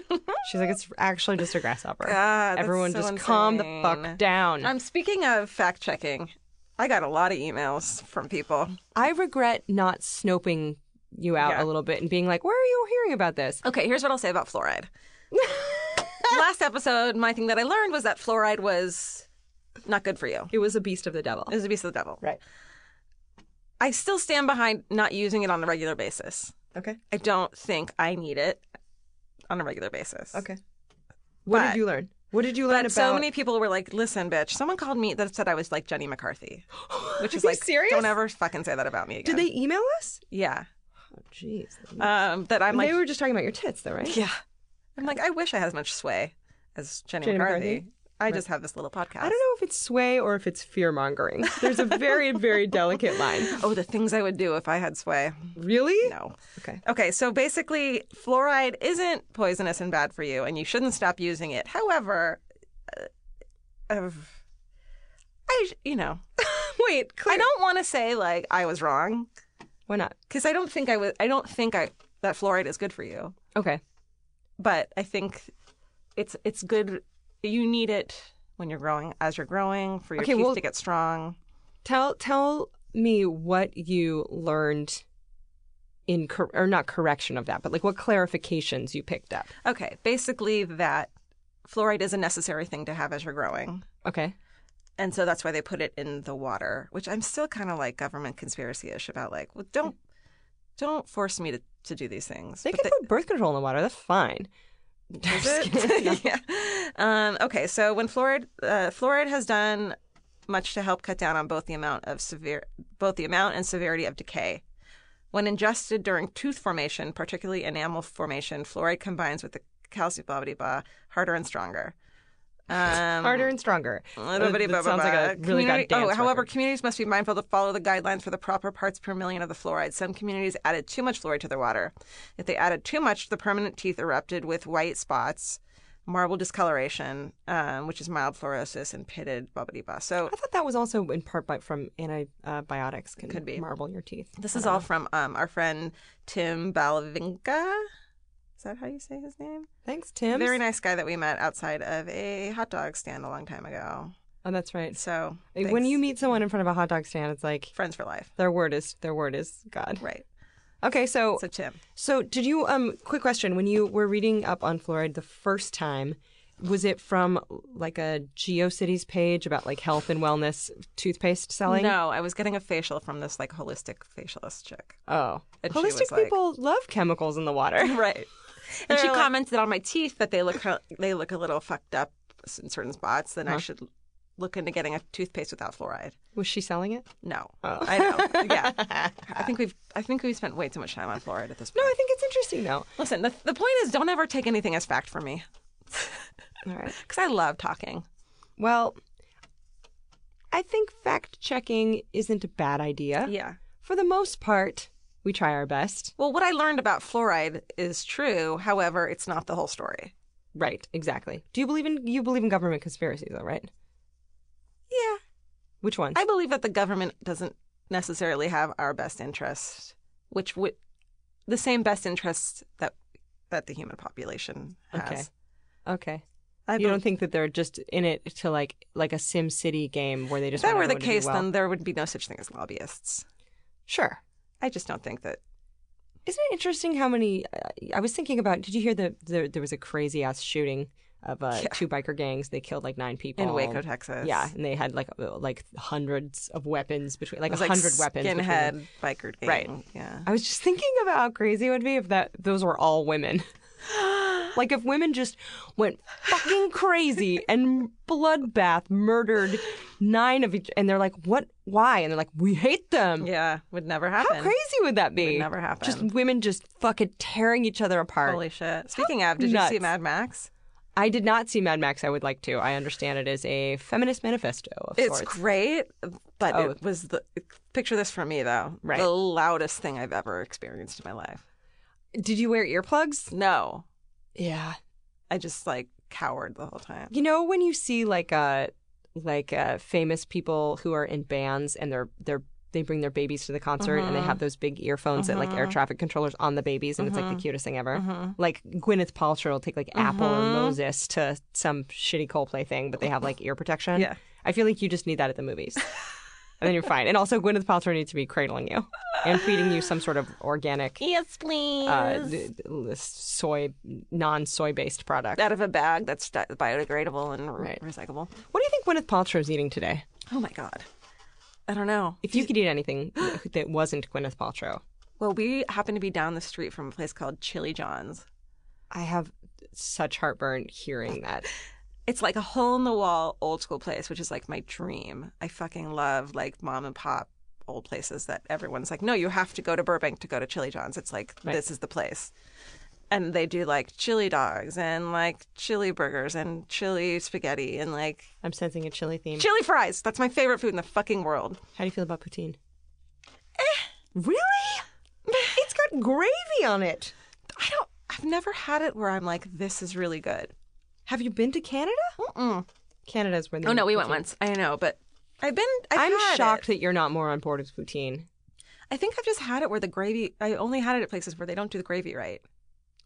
She's like, it's actually just a grasshopper. God, that's Everyone so just calm the insane. fuck down. Um, speaking of fact checking, I got a lot of emails from people. I regret not snoping you out a Yeah. little bit and being like, where are you hearing about this? Okay, here's what I'll say about fluoride. Last episode, my thing that I learned was that fluoride was not good for you. It was a beast of the devil. It was a beast of the devil. Right. I still stand behind not using it on a regular basis. Okay. I don't think I need it on a regular basis. Okay. What But- did you learn? What did you learn But about? so many people were like, "Listen, bitch." Someone called me that said I was like Jenny McCarthy, which is you like, serious? don't ever fucking say that about me again. Did they email us? Yeah. Oh, jeez. Um, that I'm And like, they were just talking about your tits, though, right? yeah. I'm like, I wish I had as much sway as Jenny, Jenny McCarthy. McCarthy? I just have this little podcast. I don't know if it's sway or if it's fear mongering. There's a very, very delicate line. Oh, the things I would do if I had sway. Really? No. Okay. Okay, so basically, fluoride isn't poisonous and bad for you, and you shouldn't stop using it. However, uh, of- I, you know, Wait, I don't want to say like I was wrong Why not? because I don't think I was. I don't think I that fluoride is good for you, Okay. but I think it's it's good. You need it when you're growing, as you're growing, for your Okay, teeth well- to get strong. Tell tell me what you learned in cor- or not correction of that, but like what clarifications you picked up. Okay, basically that fluoride is a necessary thing to have as you're growing. Okay. And so that's why they put it in the water, which I'm still kind of like government conspiracy ish about like, well, don't don't force me to, to do these things. They But can put birth control in the water. That's fine. Is it? yeah. Um, okay, so when fluoride uh, fluoride has done much to help cut down on both the amount of severe both the amount and severity of decay. When ingested during tooth formation, particularly enamel formation, fluoride combines with the calcium blah blah blah, harder and stronger. Um, Harder and stronger. Little bitty That blah, sounds blah, like a blah. really Community- bad dance Oh, however, record. communities must be mindful to follow the guidelines for the proper parts per million of the fluoride. Some communities added too much fluoride to their water. If they added too much, the permanent teeth erupted with white spots, marble discoloration, um, which is mild fluorosis, and pitted blah blah blah. So I thought that was also in part by, from antibiotics can Could be. marble your teeth. this is all from um, our friend Tim Balavinka. Is that how you say his name? Thanks, Tim. Very nice guy that we met outside of a hot dog stand a long time ago. Oh, that's right. So Like, When thanks. you meet someone in front of a hot dog stand, it's like friends for life, their word is their word is God. right? Okay, so So Tim, so did you um quick question when you were reading up on fluoride the first time was it from like a GeoCities page about like health and wellness toothpaste selling? no, I was getting a facial from this like holistic facialist chick, Oh. And she was Holistic like- people love chemicals in the water. right? And she commented on my teeth that they look they look a little fucked up in certain spots. Then I should look into getting a toothpaste without fluoride. Was she selling it? No, I know. Yeah, I think we've I think we've spent way too much time on fluoride at this point. No, I think it's interesting though. Listen, the, the point is, don't ever take anything as fact from me All right. because I love talking. Well, I think fact checking isn't a bad idea. Yeah. For the most part, we try our best. Well, what I learned about fluoride is true. However, it's not the whole story. Right, exactly. Do you believe in you believe in government conspiracies though, right? Yeah. Which ones? I believe that the government doesn't necessarily have our best interests, which would the same best interests that that the human population has. Okay. okay. I you don't believe- think that they're just in it to like like a Sim City game where they if just that want were the everyone to do case, well? then there would be no such thing as lobbyists. sure. I just don't think that. Isn't it interesting how many? Uh, I was thinking about. Did you hear that there, there was a crazy ass shooting of uh, two biker gangs? They killed like nine people In Waco, Texas. Oh, Yeah, and they had like uh, like hundreds of weapons between like It was a like hundred weapons. between them. Skinhead biker gang. Right. Yeah. I was just thinking about how crazy it would be if that those were all women. like if women just went fucking crazy and bloodbath murdered nine of each, and they're like, "What? Why?" And they're like, "We hate them." Yeah. Would never How happen. crazy would that be? Would never happen. Just women just fucking tearing each other apart. Holy shit. Speaking of, did you nuts. see Mad Max? I did not see Mad Max. I would like to. I understand it is a feminist manifesto of It's sorts. great, but Oh. it was the picture this for me though. Right. The loudest thing I've ever experienced in my life. Did you wear earplugs? No, Yeah. I just like cowered the whole time. You know when you see like uh like uh famous people who are in bands and they're they're they bring their babies to the concert and they have those big earphones that like air traffic controllers on the babies and it's like the cutest thing ever. Like Gwyneth Paltrow will take like Apple or Moses to some shitty Coldplay thing, but they have like ear protection. Yeah. I feel like you just need that at the movies. and then you're fine. And also Gwyneth Paltrow needs to be cradling you and feeding you some sort of organic Yes, please. uh, d- d- soy non-soy based product. Out of a bag that's di- biodegradable and re- Right. recyclable. What do you think Gwyneth Paltrow's eating today? Oh my god, I don't know. If you could eat anything that wasn't Gwyneth Paltrow, Well, we happen to be down the street from a place called Chili John's. I have such heartburn hearing that. It's like a hole in the wall old school place, which is like my dream. I fucking love like mom and pop old places that everyone's like, no, you have to go to Burbank to go to Chili John's. It's like this is the place. And they do like chili dogs and like chili burgers and chili spaghetti and like I'm sensing a chili theme. chili fries. That's my favorite food in the fucking world. How do you feel about poutine? Eh, Really? it's got gravy on it. I don't. I've never had it where I'm like, this is really good. Have you been to Canada? Mm-mm. Canada's where they Oh no, make we went poutine. once. I know, but I've been. I've I'm had shocked It. that you're not more on board with poutine. I think I've just had it where the gravy. I only had it at places where they don't do the gravy right.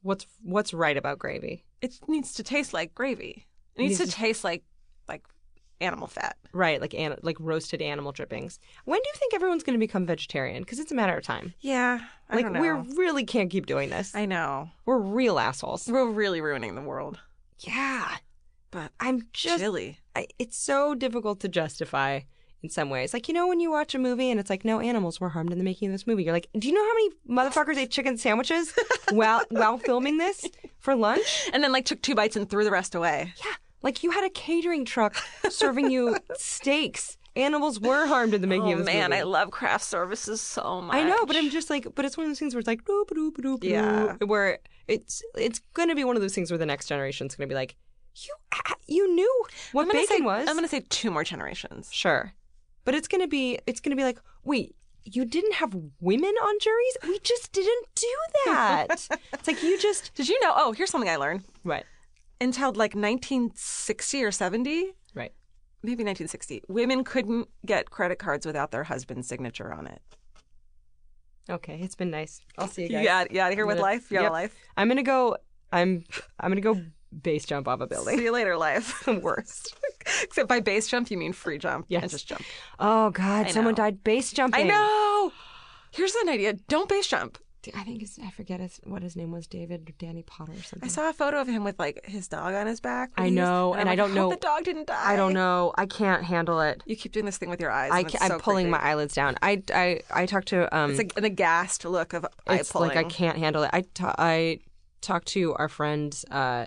What's what's right about gravy? It needs to taste like gravy. It needs to taste like like animal fat. Right, like an, like roasted animal drippings. When do you think everyone's going to become vegetarian? Because it's a matter of time. Yeah, I Like don't know. we really can't keep doing this. I know We're real assholes. we're really ruining the world, Yeah, but I'm just. chili. I, it's so difficult to justify in some ways. Like you know, when you watch a movie and it's like, no animals were harmed in the making of this movie. You're like, do you know how many motherfuckers ate chicken sandwiches while while filming this for lunch? And then like took two bites and threw the rest away. Yeah, like you had a catering truck serving you steaks. Animals were harmed in the making Oh of this man, movie. I love craft services so much. I know, but I'm just like, but it's one of those things where it's like, doop, doop, doop, doop, Yeah. where it's it's gonna be one of those things where the next generation's gonna be like, you you knew what I'm gonna bacon say, was. I'm gonna say two more generations. Sure. But it's gonna be it's gonna be like, wait, you didn't have women on juries? We just didn't do that. it's like you just Did you know? Oh, here's something I learned. Right. Until like 1960 or 70, Right. maybe 1960, women couldn't get credit cards without their husband's signature on it. Okay, it's been nice. I'll see you You guys. got, you out of here with Yep. life? You're out of life? I'm gonna go I'm I'm gonna go base jump off a building. See you later, life. the worst. Except by base jump, you mean free jump. Yeah, Yes. just jump. Oh God, someone died base jumping. I know. Here's an idea. Don't base jump. I think it's, I forget his, what his name was, David or Danny Potter or I something. saw a photo of him with like his dog on his back. when I he was- know, I'm and I like, don't "How know- The dog didn't die. I don't know. I can't handle it. You keep doing this thing with your eyes. I and ca it's I'm so pulling creepy. my eyelids down. I, I, I talked to um. It's like an aghast look of eye it's pulling. like I can't handle it. I ta- I talked to our friend uh,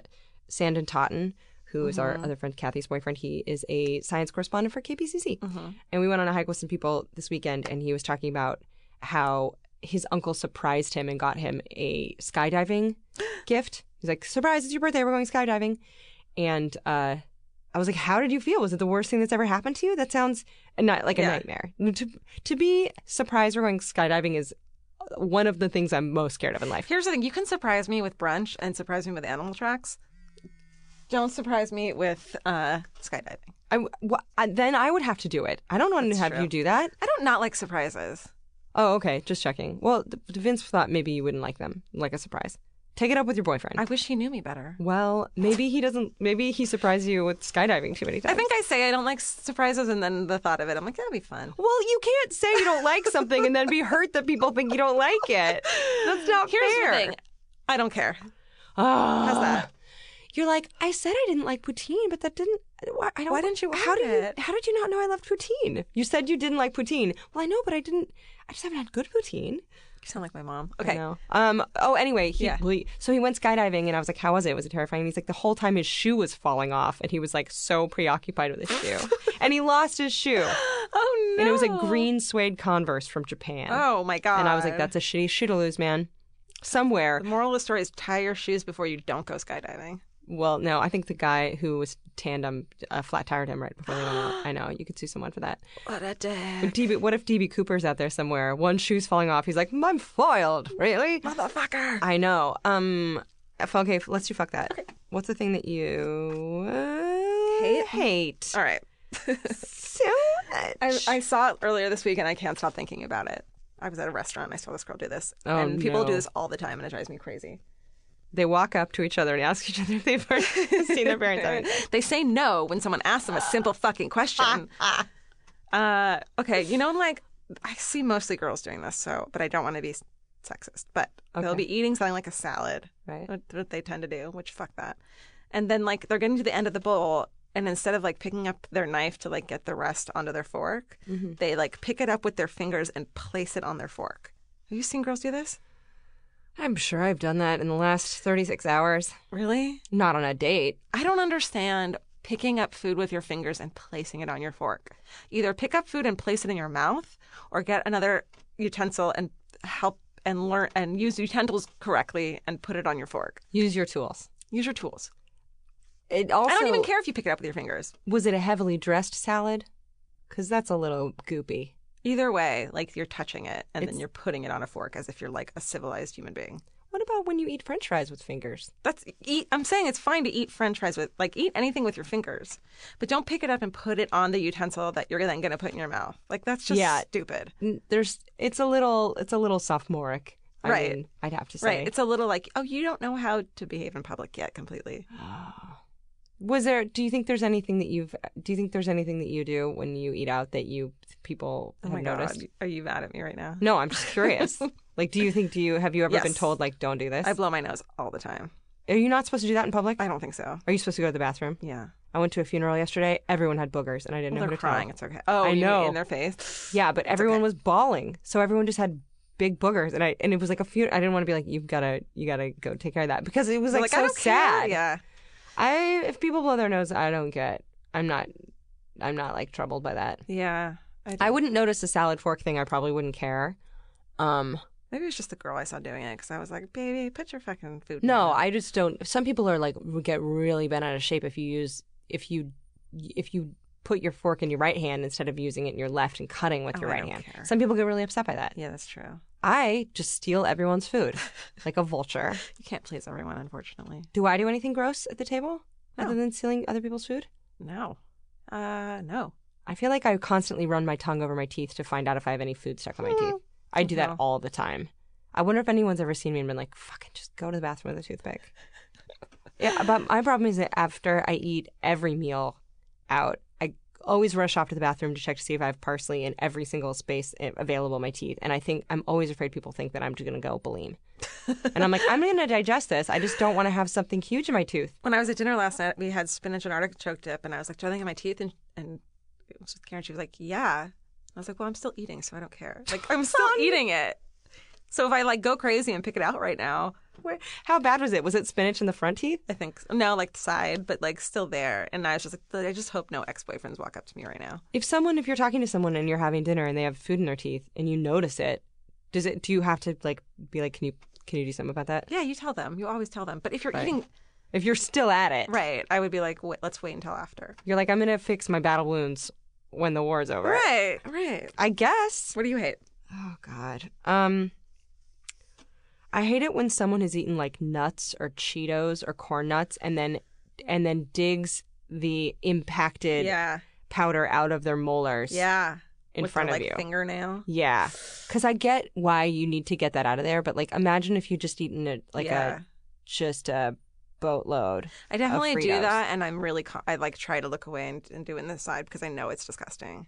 Sandon Totten, who is Mm-hmm. our other friend Kathy's boyfriend. He is a science correspondent for KPCC, Mm-hmm. and we went on a hike with some people this weekend, and he was talking about how his uncle surprised him and got him a skydiving gift. He's like, "Surprise! It's your birthday. We're going skydiving," and. uh I was like, "How did you feel? Was it the worst thing that's ever happened to you? That sounds not like a nightmare. To to be surprised we're going skydiving is one of the things I'm most scared of in life. Here's the thing: you can surprise me with brunch and surprise me with animal tracks. Don't surprise me with uh, skydiving. I, wh- I- then I would have to do it. I don't want to have you do that. I don't not like surprises. Oh, okay. Just checking. Well, th- Vince thought maybe you wouldn't like them, like a surprise. Take it up with your boyfriend. I wish he knew me better. well, maybe he doesn't. Maybe he surprised you with skydiving too many times. I think I say I don't like surprises, and then the thought of it, I'm like, that'll be fun. Well, you can't say you don't like something and then be hurt that people think you don't like it. That's not Here's fair. the thing: I don't care. Ah. How's that? You're like, I said I didn't like poutine, but that didn't. Why, I don't, Why didn't you How want did it? you? How did you not know I loved poutine? You said you didn't like poutine. Well, I know, but I didn't. I just haven't had good poutine. You sound like my mom. I Okay. know. Um. Oh. Anyway, he, Yeah. we- so he went skydiving, and I was like, "How was it? Was it terrifying?" And he's like, "The whole time his shoe was falling off, and he was like so preoccupied with his shoe, and he lost his shoe, Oh no. and it was a green suede Converse from Japan. Oh my god. And I was like, "That's a shitty shoe to lose, man." Somewhere The moral of the story is tie your shoes before you don't go skydiving. Well, no, I think the guy who was tandem uh, flat tired him right before they went out. I know you could sue someone for that. What a day. But DB, what if DB Cooper's out there somewhere? One shoe's falling off. He's like, I'm foiled. Really? Motherfucker. I know. Um, f- okay, f- let's do fuck that. What's the thing that you uh, hate? Hate. All right. So much. I, I saw it earlier this week and I can't stop thinking about it. I was at a restaurant and I saw this girl do this. Oh, and people no. do this all the time and it drives me crazy. they walk up to each other and ask each other if they've already seen their parents. having sex. They say no when someone asks them a simple fucking question. uh, okay, you know, I'm like, I see mostly girls doing this, so, but I don't want to be sexist. But they'll be eating something like a salad, Right. What, what they tend to do, which fuck that. And then, like, they're getting to the end of the bowl, and instead of like picking up their knife to like get the rest onto their fork, they like pick it up with their fingers and place it on their fork. Have you seen girls do this? I'm sure I've done that in the last 36 hours. Really? Not on a date. I don't understand picking up food with your fingers and placing it on your fork. Either pick up food and place it in your mouth or get another utensil and help and learn and use utensils correctly and put it on your fork. Use your tools. Use your tools. It also, I don't even care if you pick it up with your fingers. Was it a heavily dressed salad? Because that's a little goopy. Either way, like you're touching it and It's- then you're putting it on a fork as if you're like a civilized human being. What about when you eat french fries with fingers? That's eat. I'm saying it's fine to eat French fries with like eat anything with your fingers, but don't pick it up and put it on the utensil that you're then going to put in your mouth. Like that's just Yeah. stupid. N- There's, it's a little, it's a little sophomoric. I Right. mean, I'd have to say. Right. It's a little like, oh, you don't know how to behave in public yet completely. Oh Was there? Do you think there's anything that you've? Do you think there's anything that you do when you eat out that you people Oh have my noticed? God. Are you mad at me right now? No, I'm just curious. like, do you think? Do you have you ever been Yes. told like, don't do this? I blow my nose all the time. Are you not supposed to do that in public? I don't think so. Are you supposed to go to the bathroom? Yeah. I went to a funeral yesterday. Everyone had boogers, and I didn't Well, know who they're to tell. crying. It's okay. Oh, I you mean know. in their face. Yeah, but everyone was bawling, so everyone just had big boogers, and I and it was like a few. I didn't want to be like, you've gotta, you gotta go take care of that because it was They're like, like, so I don't sad. Care. Yeah. I if people blow their nose, I don't get. I'm not, I'm not like troubled by that. Yeah. I do. wouldn't notice a salad fork thing. I probably wouldn't care. Um, Maybe it was just the girl I saw doing it because I was like, baby, put your fucking food. in no, your mouth." I just don't. Some people are like get really bent out of shape if you use if you if you put your fork in your right hand instead of using it in your left and cutting with Oh, your I right don't hand. care. Some people get really upset by that. Yeah, that's true. I just steal everyone's food like a vulture. You can't please everyone, unfortunately. Do I do anything gross at the table No. other than stealing other people's food? No. Uh, no. I feel like I constantly run my tongue over my teeth to find out if I have any food stuck on my teeth. I do that all the time. I wonder if anyone's ever seen me and been like, fucking just go to the bathroom with a toothpick. yeah, but my problem is that after I eat every meal, out. I always rush off to the bathroom to check to see if I have parsley in every single space i- available in my teeth. And I think I'm always afraid people think that I'm just going to go baleen. and I'm like, I'm going to digest this. I just don't want to have something huge in my tooth. When I was at dinner last night, we had spinach and artichoke dip, and I was like, "Do I think of my teeth?" And and it was with Karen. She was like, "Yeah." I was like, "Well, I'm still eating, so I don't care. Like, I'm still eating it. So if I like go crazy and pick it out right now, Where, how bad was it? Was it spinach in the front teeth? I think no, like the side, but like still there." And I was just like, "I just hope no ex-boyfriends walk up to me right now." If someone, if you're talking to someone and you're having dinner and they have food in their teeth and you notice it, does it? Do you have to like be like, can you can you do something about that? Yeah, you tell them. You always tell them. But if you're eating If you're still at it, right, I would be like, wait, "Let's wait until after." You're like, I'm gonna fix my battle wounds when the war's over. Right, right. I guess. What do you hate? Oh God. Um. I hate it when someone has eaten like nuts or Cheetos or corn nuts and then and then digs the impacted Yeah, powder out of their molars yeah. in With front their, of like, you. Fingernail. Yeah, because I get why you need to get that out of there, but like, imagine if you just eaten it like Yeah. a just a boatload. I definitely do Fritos. that, and I'm really co- I like try to look away and, and do it in the side because I know it's disgusting.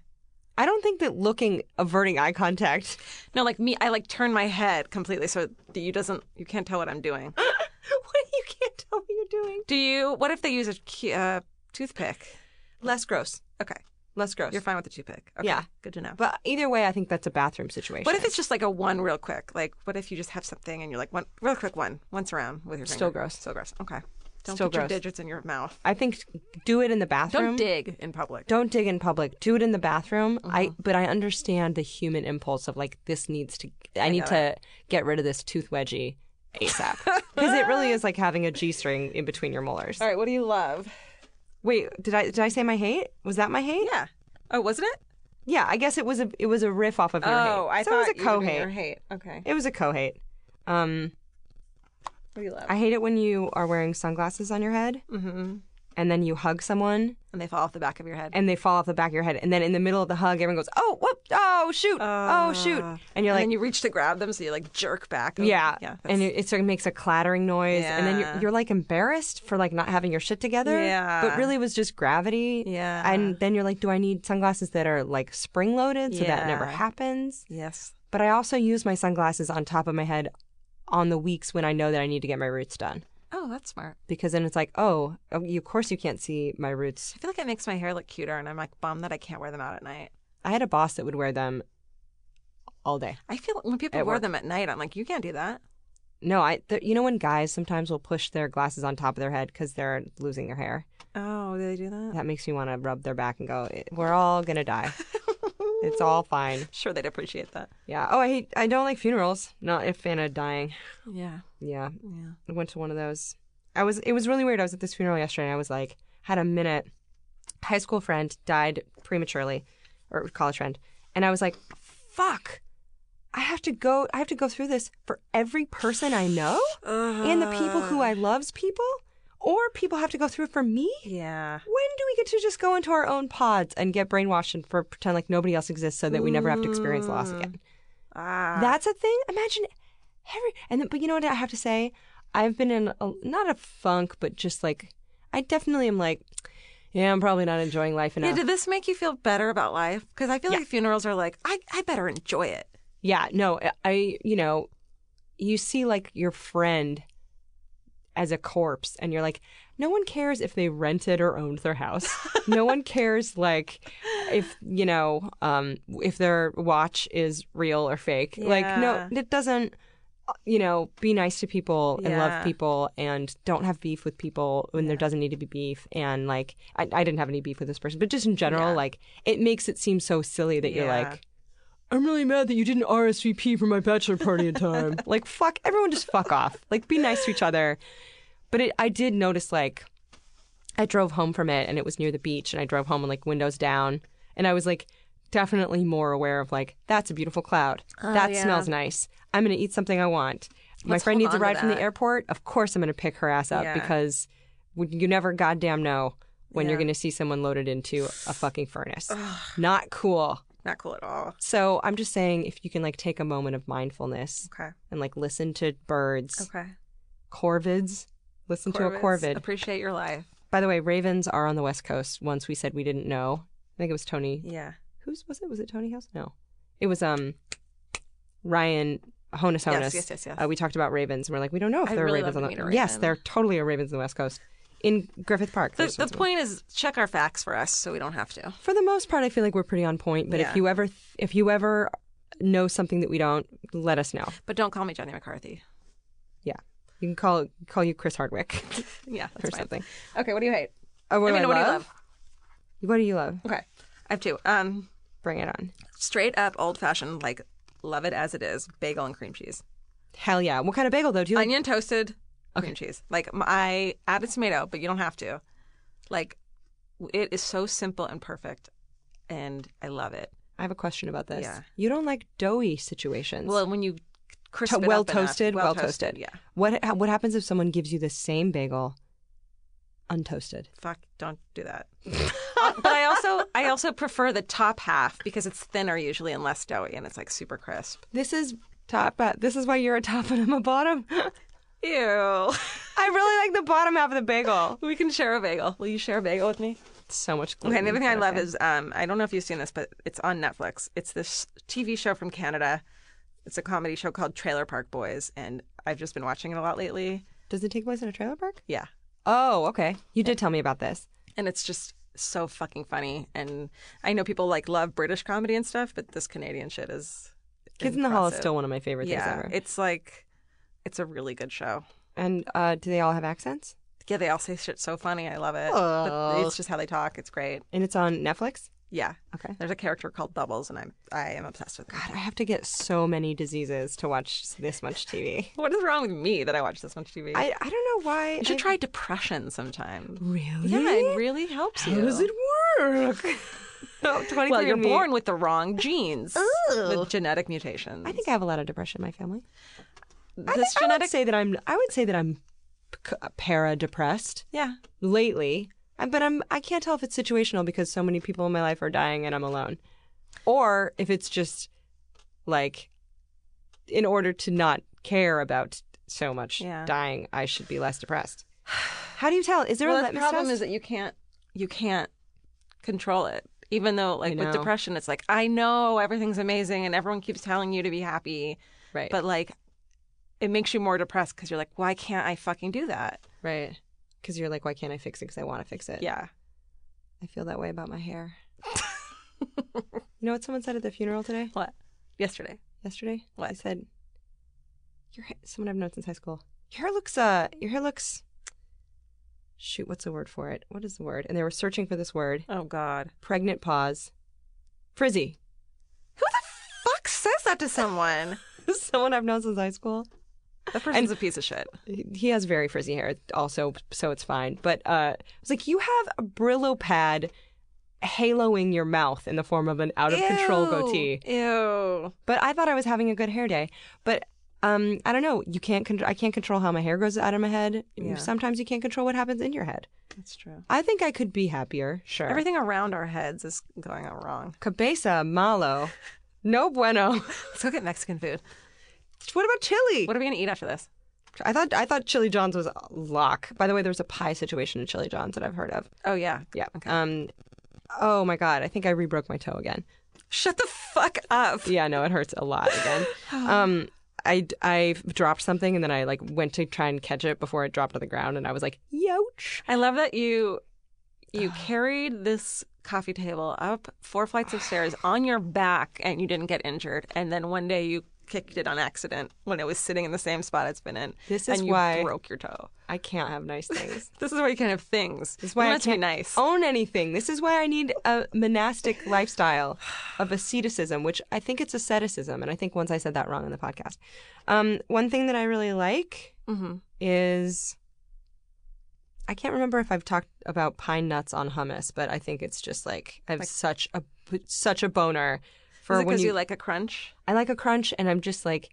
I don't think that looking averting eye contact. No, like me, I like turn my head completely so that you doesn't you can't tell what I'm doing. what you can't tell what you're doing. Do you? What if they use a cu- uh, toothpick? Less gross. Okay, Less gross. you're fine with the toothpick. Okay, Yeah. good to know. But either way, I think that's a bathroom situation. what if it's just like a one real quick? Like, what if you just have something and you're like one real quick one once around with your Still finger? gross. Still gross. Okay, don't Still put your gross. digits in your mouth. I think do it in the bathroom. Don't dig in public. Don't dig in public. Do it in the bathroom. I but I understand the human impulse of like this needs to. I, need to get rid of this tooth wedgie asap because it really is like having a g string in between your molars. right, what do you love? Wait, did I did I say my hate? Was that my hate? Yeah. Oh, wasn't it? Yeah, I guess it was a it was a riff off of your hate. oh, I so thought it was a you were co doing your hate. hate. Okay, It was a co hate. Um, what do you love? I hate it when you are wearing sunglasses on your head mm-hmm. and then you hug someone And they fall off the back of your head. and they fall off the back of your head and then in the middle of the hug everyone goes oh whoop oh shoot oh shoot and you're Uh, and like then you reach to grab them, so you like jerk back. Yeah, yeah, and that's- it, it sort of makes a clattering noise, and then Yeah. you're, you're like embarrassed for like not having your shit together. Yeah. but really it was just gravity. Yeah. and then you're like, do I need sunglasses that are like spring loaded so that never Yeah. happens? yes, But I also use my sunglasses on top of my head on the weeks when I know that I need to get my roots done oh, that's smart. because then it's like, oh, oh, you, of course you can't see my roots. I feel like it makes my hair look cuter, and I'm like bummed that I can't wear them out at night. I had a boss that would wear them all day. I feel when people At wear work. them at night, I'm like, you can't do that. No, I. Th- you know when guys sometimes will push their glasses on top of their head because they're losing their hair. Oh, do they do that? That makes me want to rub their back and go, "It- "We're all gonna die. it's all fine." Sure, they'd appreciate that. Yeah. Oh, I hate. I don't like funerals. Not a fan of dying. Yeah, Yeah. yeah. I went to one of those. I was. It was really weird. I was at this funeral yesterday. and I was like, had a minute. High school friend died prematurely, or college friend, and I was like, "Fuck." I have to go. I have to go through this for every person I know, and the people who I love's people, or people have to go through it for me. Yeah. when do we get to just go into our own pods and get brainwashed and for, pretend like nobody else exists so that we never have to experience loss again? Ah. That's a thing. Imagine every and then, but you know what I have to say? I've been in a, not a funk, but just like I definitely am like, yeah, I'm probably not enjoying life yeah, enough. Yeah, did this make you feel better about life? Because I feel like funerals are like, I, I better enjoy it. no, I you know, you see like your friend as a corpse and you're like no one cares if they rented or owned their house no one cares like if you know um if their watch is real or fake like no it doesn't you know be nice to people and Yeah. love people and don't have beef with people when there doesn't need to be beef and like I, I didn't have any beef with this person but just in general like it makes it seem so silly that you're Yeah. like I'm really mad that you didn't RSVP for my bachelor party in time. like, fuck, everyone just fuck off. Like, be nice to each other. But it, I did notice, like, I drove home from it and it was near the beach, and I drove home and, like, windows down. And I was, like, definitely more aware of, like, that's a beautiful cloud. that smells nice. I'm going to eat something I want. my Oh, Let's friend needs hold a on to ride from the that. airport. Of course, I'm going to pick her ass up Yeah. because w- you never goddamn know when you're Yeah. going to see someone loaded into a fucking furnace. Not cool. Not cool at all. So I'm just saying, if you can like take a moment of mindfulness Okay. and like listen to birds, Okay. corvids, listen to a Corvids, corvid. Appreciate your life. By the way, ravens are on the West Coast. Once we said we didn't know. I think it was Tony. Yeah. Whose was it? Was it Tony House? No, it was um Ryan Honus Honus. Yes, yes, yes, yes. Uh, we talked about ravens, and we're like, we don't know if I'd there are really ravens love on to the. meet a Yes, raven. there totally are ravens on the West Coast in Griffith Park. The, there's the lots of them. point is, check our facts for us so we don't have to. for the most part, I feel like we're pretty on point. But Yeah. if you ever, th- if you ever know something that we don't, let us know. But don't call me Johnny McCarthy. Yeah, you can call call you Chris Hardwick Yeah, that's or fine. something. Okay, what do you hate? Oh, what I do mean, I what love? do you love? What do you love? Okay, I have two. Um, Bring it on. straight up old fashioned, like love it as it is, bagel and cream cheese, Hell yeah! What kind of bagel though? Do you like? onion toasted cream cheese. Like m- I added tomato, but you don't have to. Like it is so simple and perfect, and I love it. I have a question about this. Yeah. You don't like doughy situations. Well, when you crisp To- it well up enough- toasted, well toasted. yeah. What ha- what happens if someone gives you the same bagel untoasted? Fuck, don't do that. Uh, but I also I also prefer the top half because it's thinner usually and less doughy, and it's like super crisp. This is top. Uh, this is why you're a top and I'm a bottom. Ew. I really like the bottom half of the bagel. We can share a bagel. Will you share a bagel with me? So much. Okay, and the other gluten. thing I love Okay. is um, I don't know if you've seen this, but it's on Netflix. It's this TV show from Canada. It's a comedy show called Trailer Park Boys, and I've just been watching it a lot lately. Does it take place in a trailer park? Yeah, Oh, okay. You did tell me about this. and it's just so fucking funny. And I know people like love British comedy and stuff, but this Canadian shit is Kids in the Hall is impressive. still one of my favorite yeah. things ever. It's like it's a really good show. and uh, do they all have accents? Yeah, they all say shit so funny. I love it. But it's just how they talk. It's great. And it's on Netflix. Yeah. Okay. There's a character called Bubbles, and I'm I am obsessed with. Him. God, I have to get so many diseases to watch this much TV. What is wrong with me that I watch this much TV? I, I don't know why. you should try depression sometime. Really? Yeah, it really helps you. does it work? Well, you're born with the wrong genes, with genetic mutations. I think I have a lot of depression in my family. this I genetic. would say that I'm. I would say that I'm para depressed yeah, lately, I- but I'm. I can't tell if it's situational because so many people in my life are dying and I'm alone, or if it's just like, in order to not care about so much Yeah. dying, I should be less depressed. How do you tell? Is there a well, the litmus problem test? is that you can't you can't control it. Even though, like with know. depression, it's like I know everything's amazing and everyone keeps telling you to be happy, right, but like it makes you more depressed because you're like, why can't I fucking do that? right, because you're like, why can't I fix it? Because I want to fix it. Yeah. I feel that way about my hair. you know what someone said at the funeral today? What? Yesterday. Yesterday? What? They said, "Your hair, someone I've known since high school. Your hair looks uh, your hair looks. Shoot, what's the word for it? What is the word? And they were searching for this word. Oh God. Pregnant pause. Frizzy. Who the fuck says that to someone? someone I've known since high school. That person's a piece of shit. He he has very frizzy hair, also, so it's fine. But uh, I was like, you have a Brillo pad haloing your mouth in the form of an out of control goatee. Ew. But I thought I was having a good hair day. But um, I don't know. You can't. Con- I can't control how my hair grows out of my head. Sometimes you can't control what happens in your head. That's true. I think I could be happier. Sure. Everything around our heads is going out wrong. Cabeza malo. No bueno. Let's go get Mexican food. what about chili? What are we gonna eat after this? I thought. I thought Chili John's was lock. By the way, there's a pie situation in Chili John's that I've heard of. Oh yeah. Yeah. Um. Oh my god. I think I rebroke my toe again. Shut the fuck up. Yeah, no, it hurts a lot again. Um, I I dropped something and then I like went to try and catch it before it dropped on the ground and I was like, "Youch!" I love that you you carried this coffee table up four flights of stairs on your back and you didn't get injured. And then one day you kicked it on accident when it was sitting in the same spot it's been in. This is and you why- broke your toe. I can't have nice things. This is why you can't have things. This is why you I want it to can't be nice. own anything. This is why I need a monastic lifestyle of asceticism, which I think it's asceticism, and I think once I said that wrong on the podcast. Um, one thing that I really like Mhm. is I can't remember if I've talked about pine nuts on hummus, but I think it's just like I have such a such a boner for is it when because you... like a crunch? I like a crunch, and I'm just like,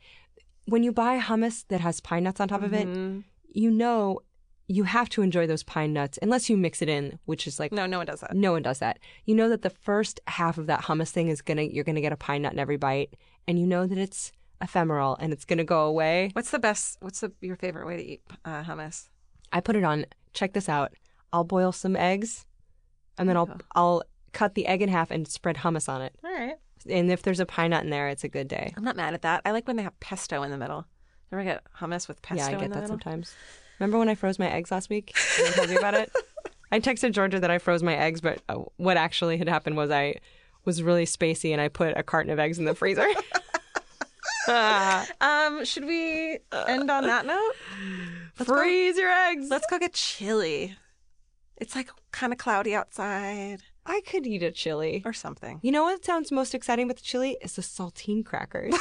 when you buy hummus that has pine nuts on top of it, Mm. you know you have to enjoy those pine nuts unless you mix it in, which is like No, no one does that. no one does that. You know that the first half of that hummus thing is gonna you're gonna get a pine nut in every bite, and you know that it's ephemeral and it's gonna go away. What's the best? What's the, your favorite way to eat uh, hummus? I put it on. Check this out. I'll boil some eggs, and then I'll I'll cut the egg in half and spread hummus on it. All right. And if there's a pine nut in there, it's a good day. I'm not mad at that. I like when they have pesto in the middle. Ever get hummus with pesto yeah, I in get the that middle? sometimes. Remember when I froze my eggs last week? And I told you about it. I texted Georgia that I froze my eggs, but uh, what actually had happened was I was really spacey and I put a carton of eggs in the freezer. Um, should we end on that note? Freeze your eggs. Let's go get chili. It's like kind of cloudy outside I could eat a chili. or something. You know what sounds most exciting about the chili is the saltine crackers.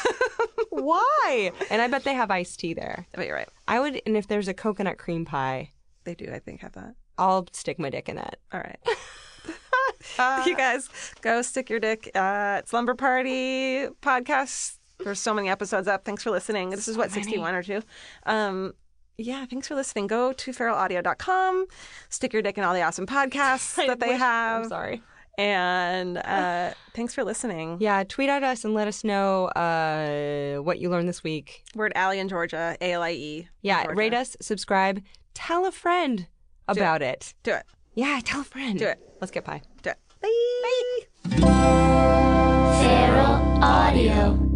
Why? And I bet they have iced tea there. But you're right. I would, and if there's a coconut cream pie, They do, I think, have that. I'll stick my dick in that. All right. you guys go stick your dick uh, at Slumber Party podcast. There's so many episodes up. Thanks for listening. This is what 61 or two. Um, yeah, thanks for listening. Go to feralaudio.com, stick your dick in all the awesome podcasts that they have. I'm sorry. And uh, thanks for listening. Yeah, tweet at us and let us know uh, what you learned this week. We're at Allie in Georgia, A L I E. Yeah, Georgia. rate us, subscribe, tell a friend about it. Do it. Yeah, tell a friend. Do it. Let's get pie. Do it. Bye. Bye. Feral Audio.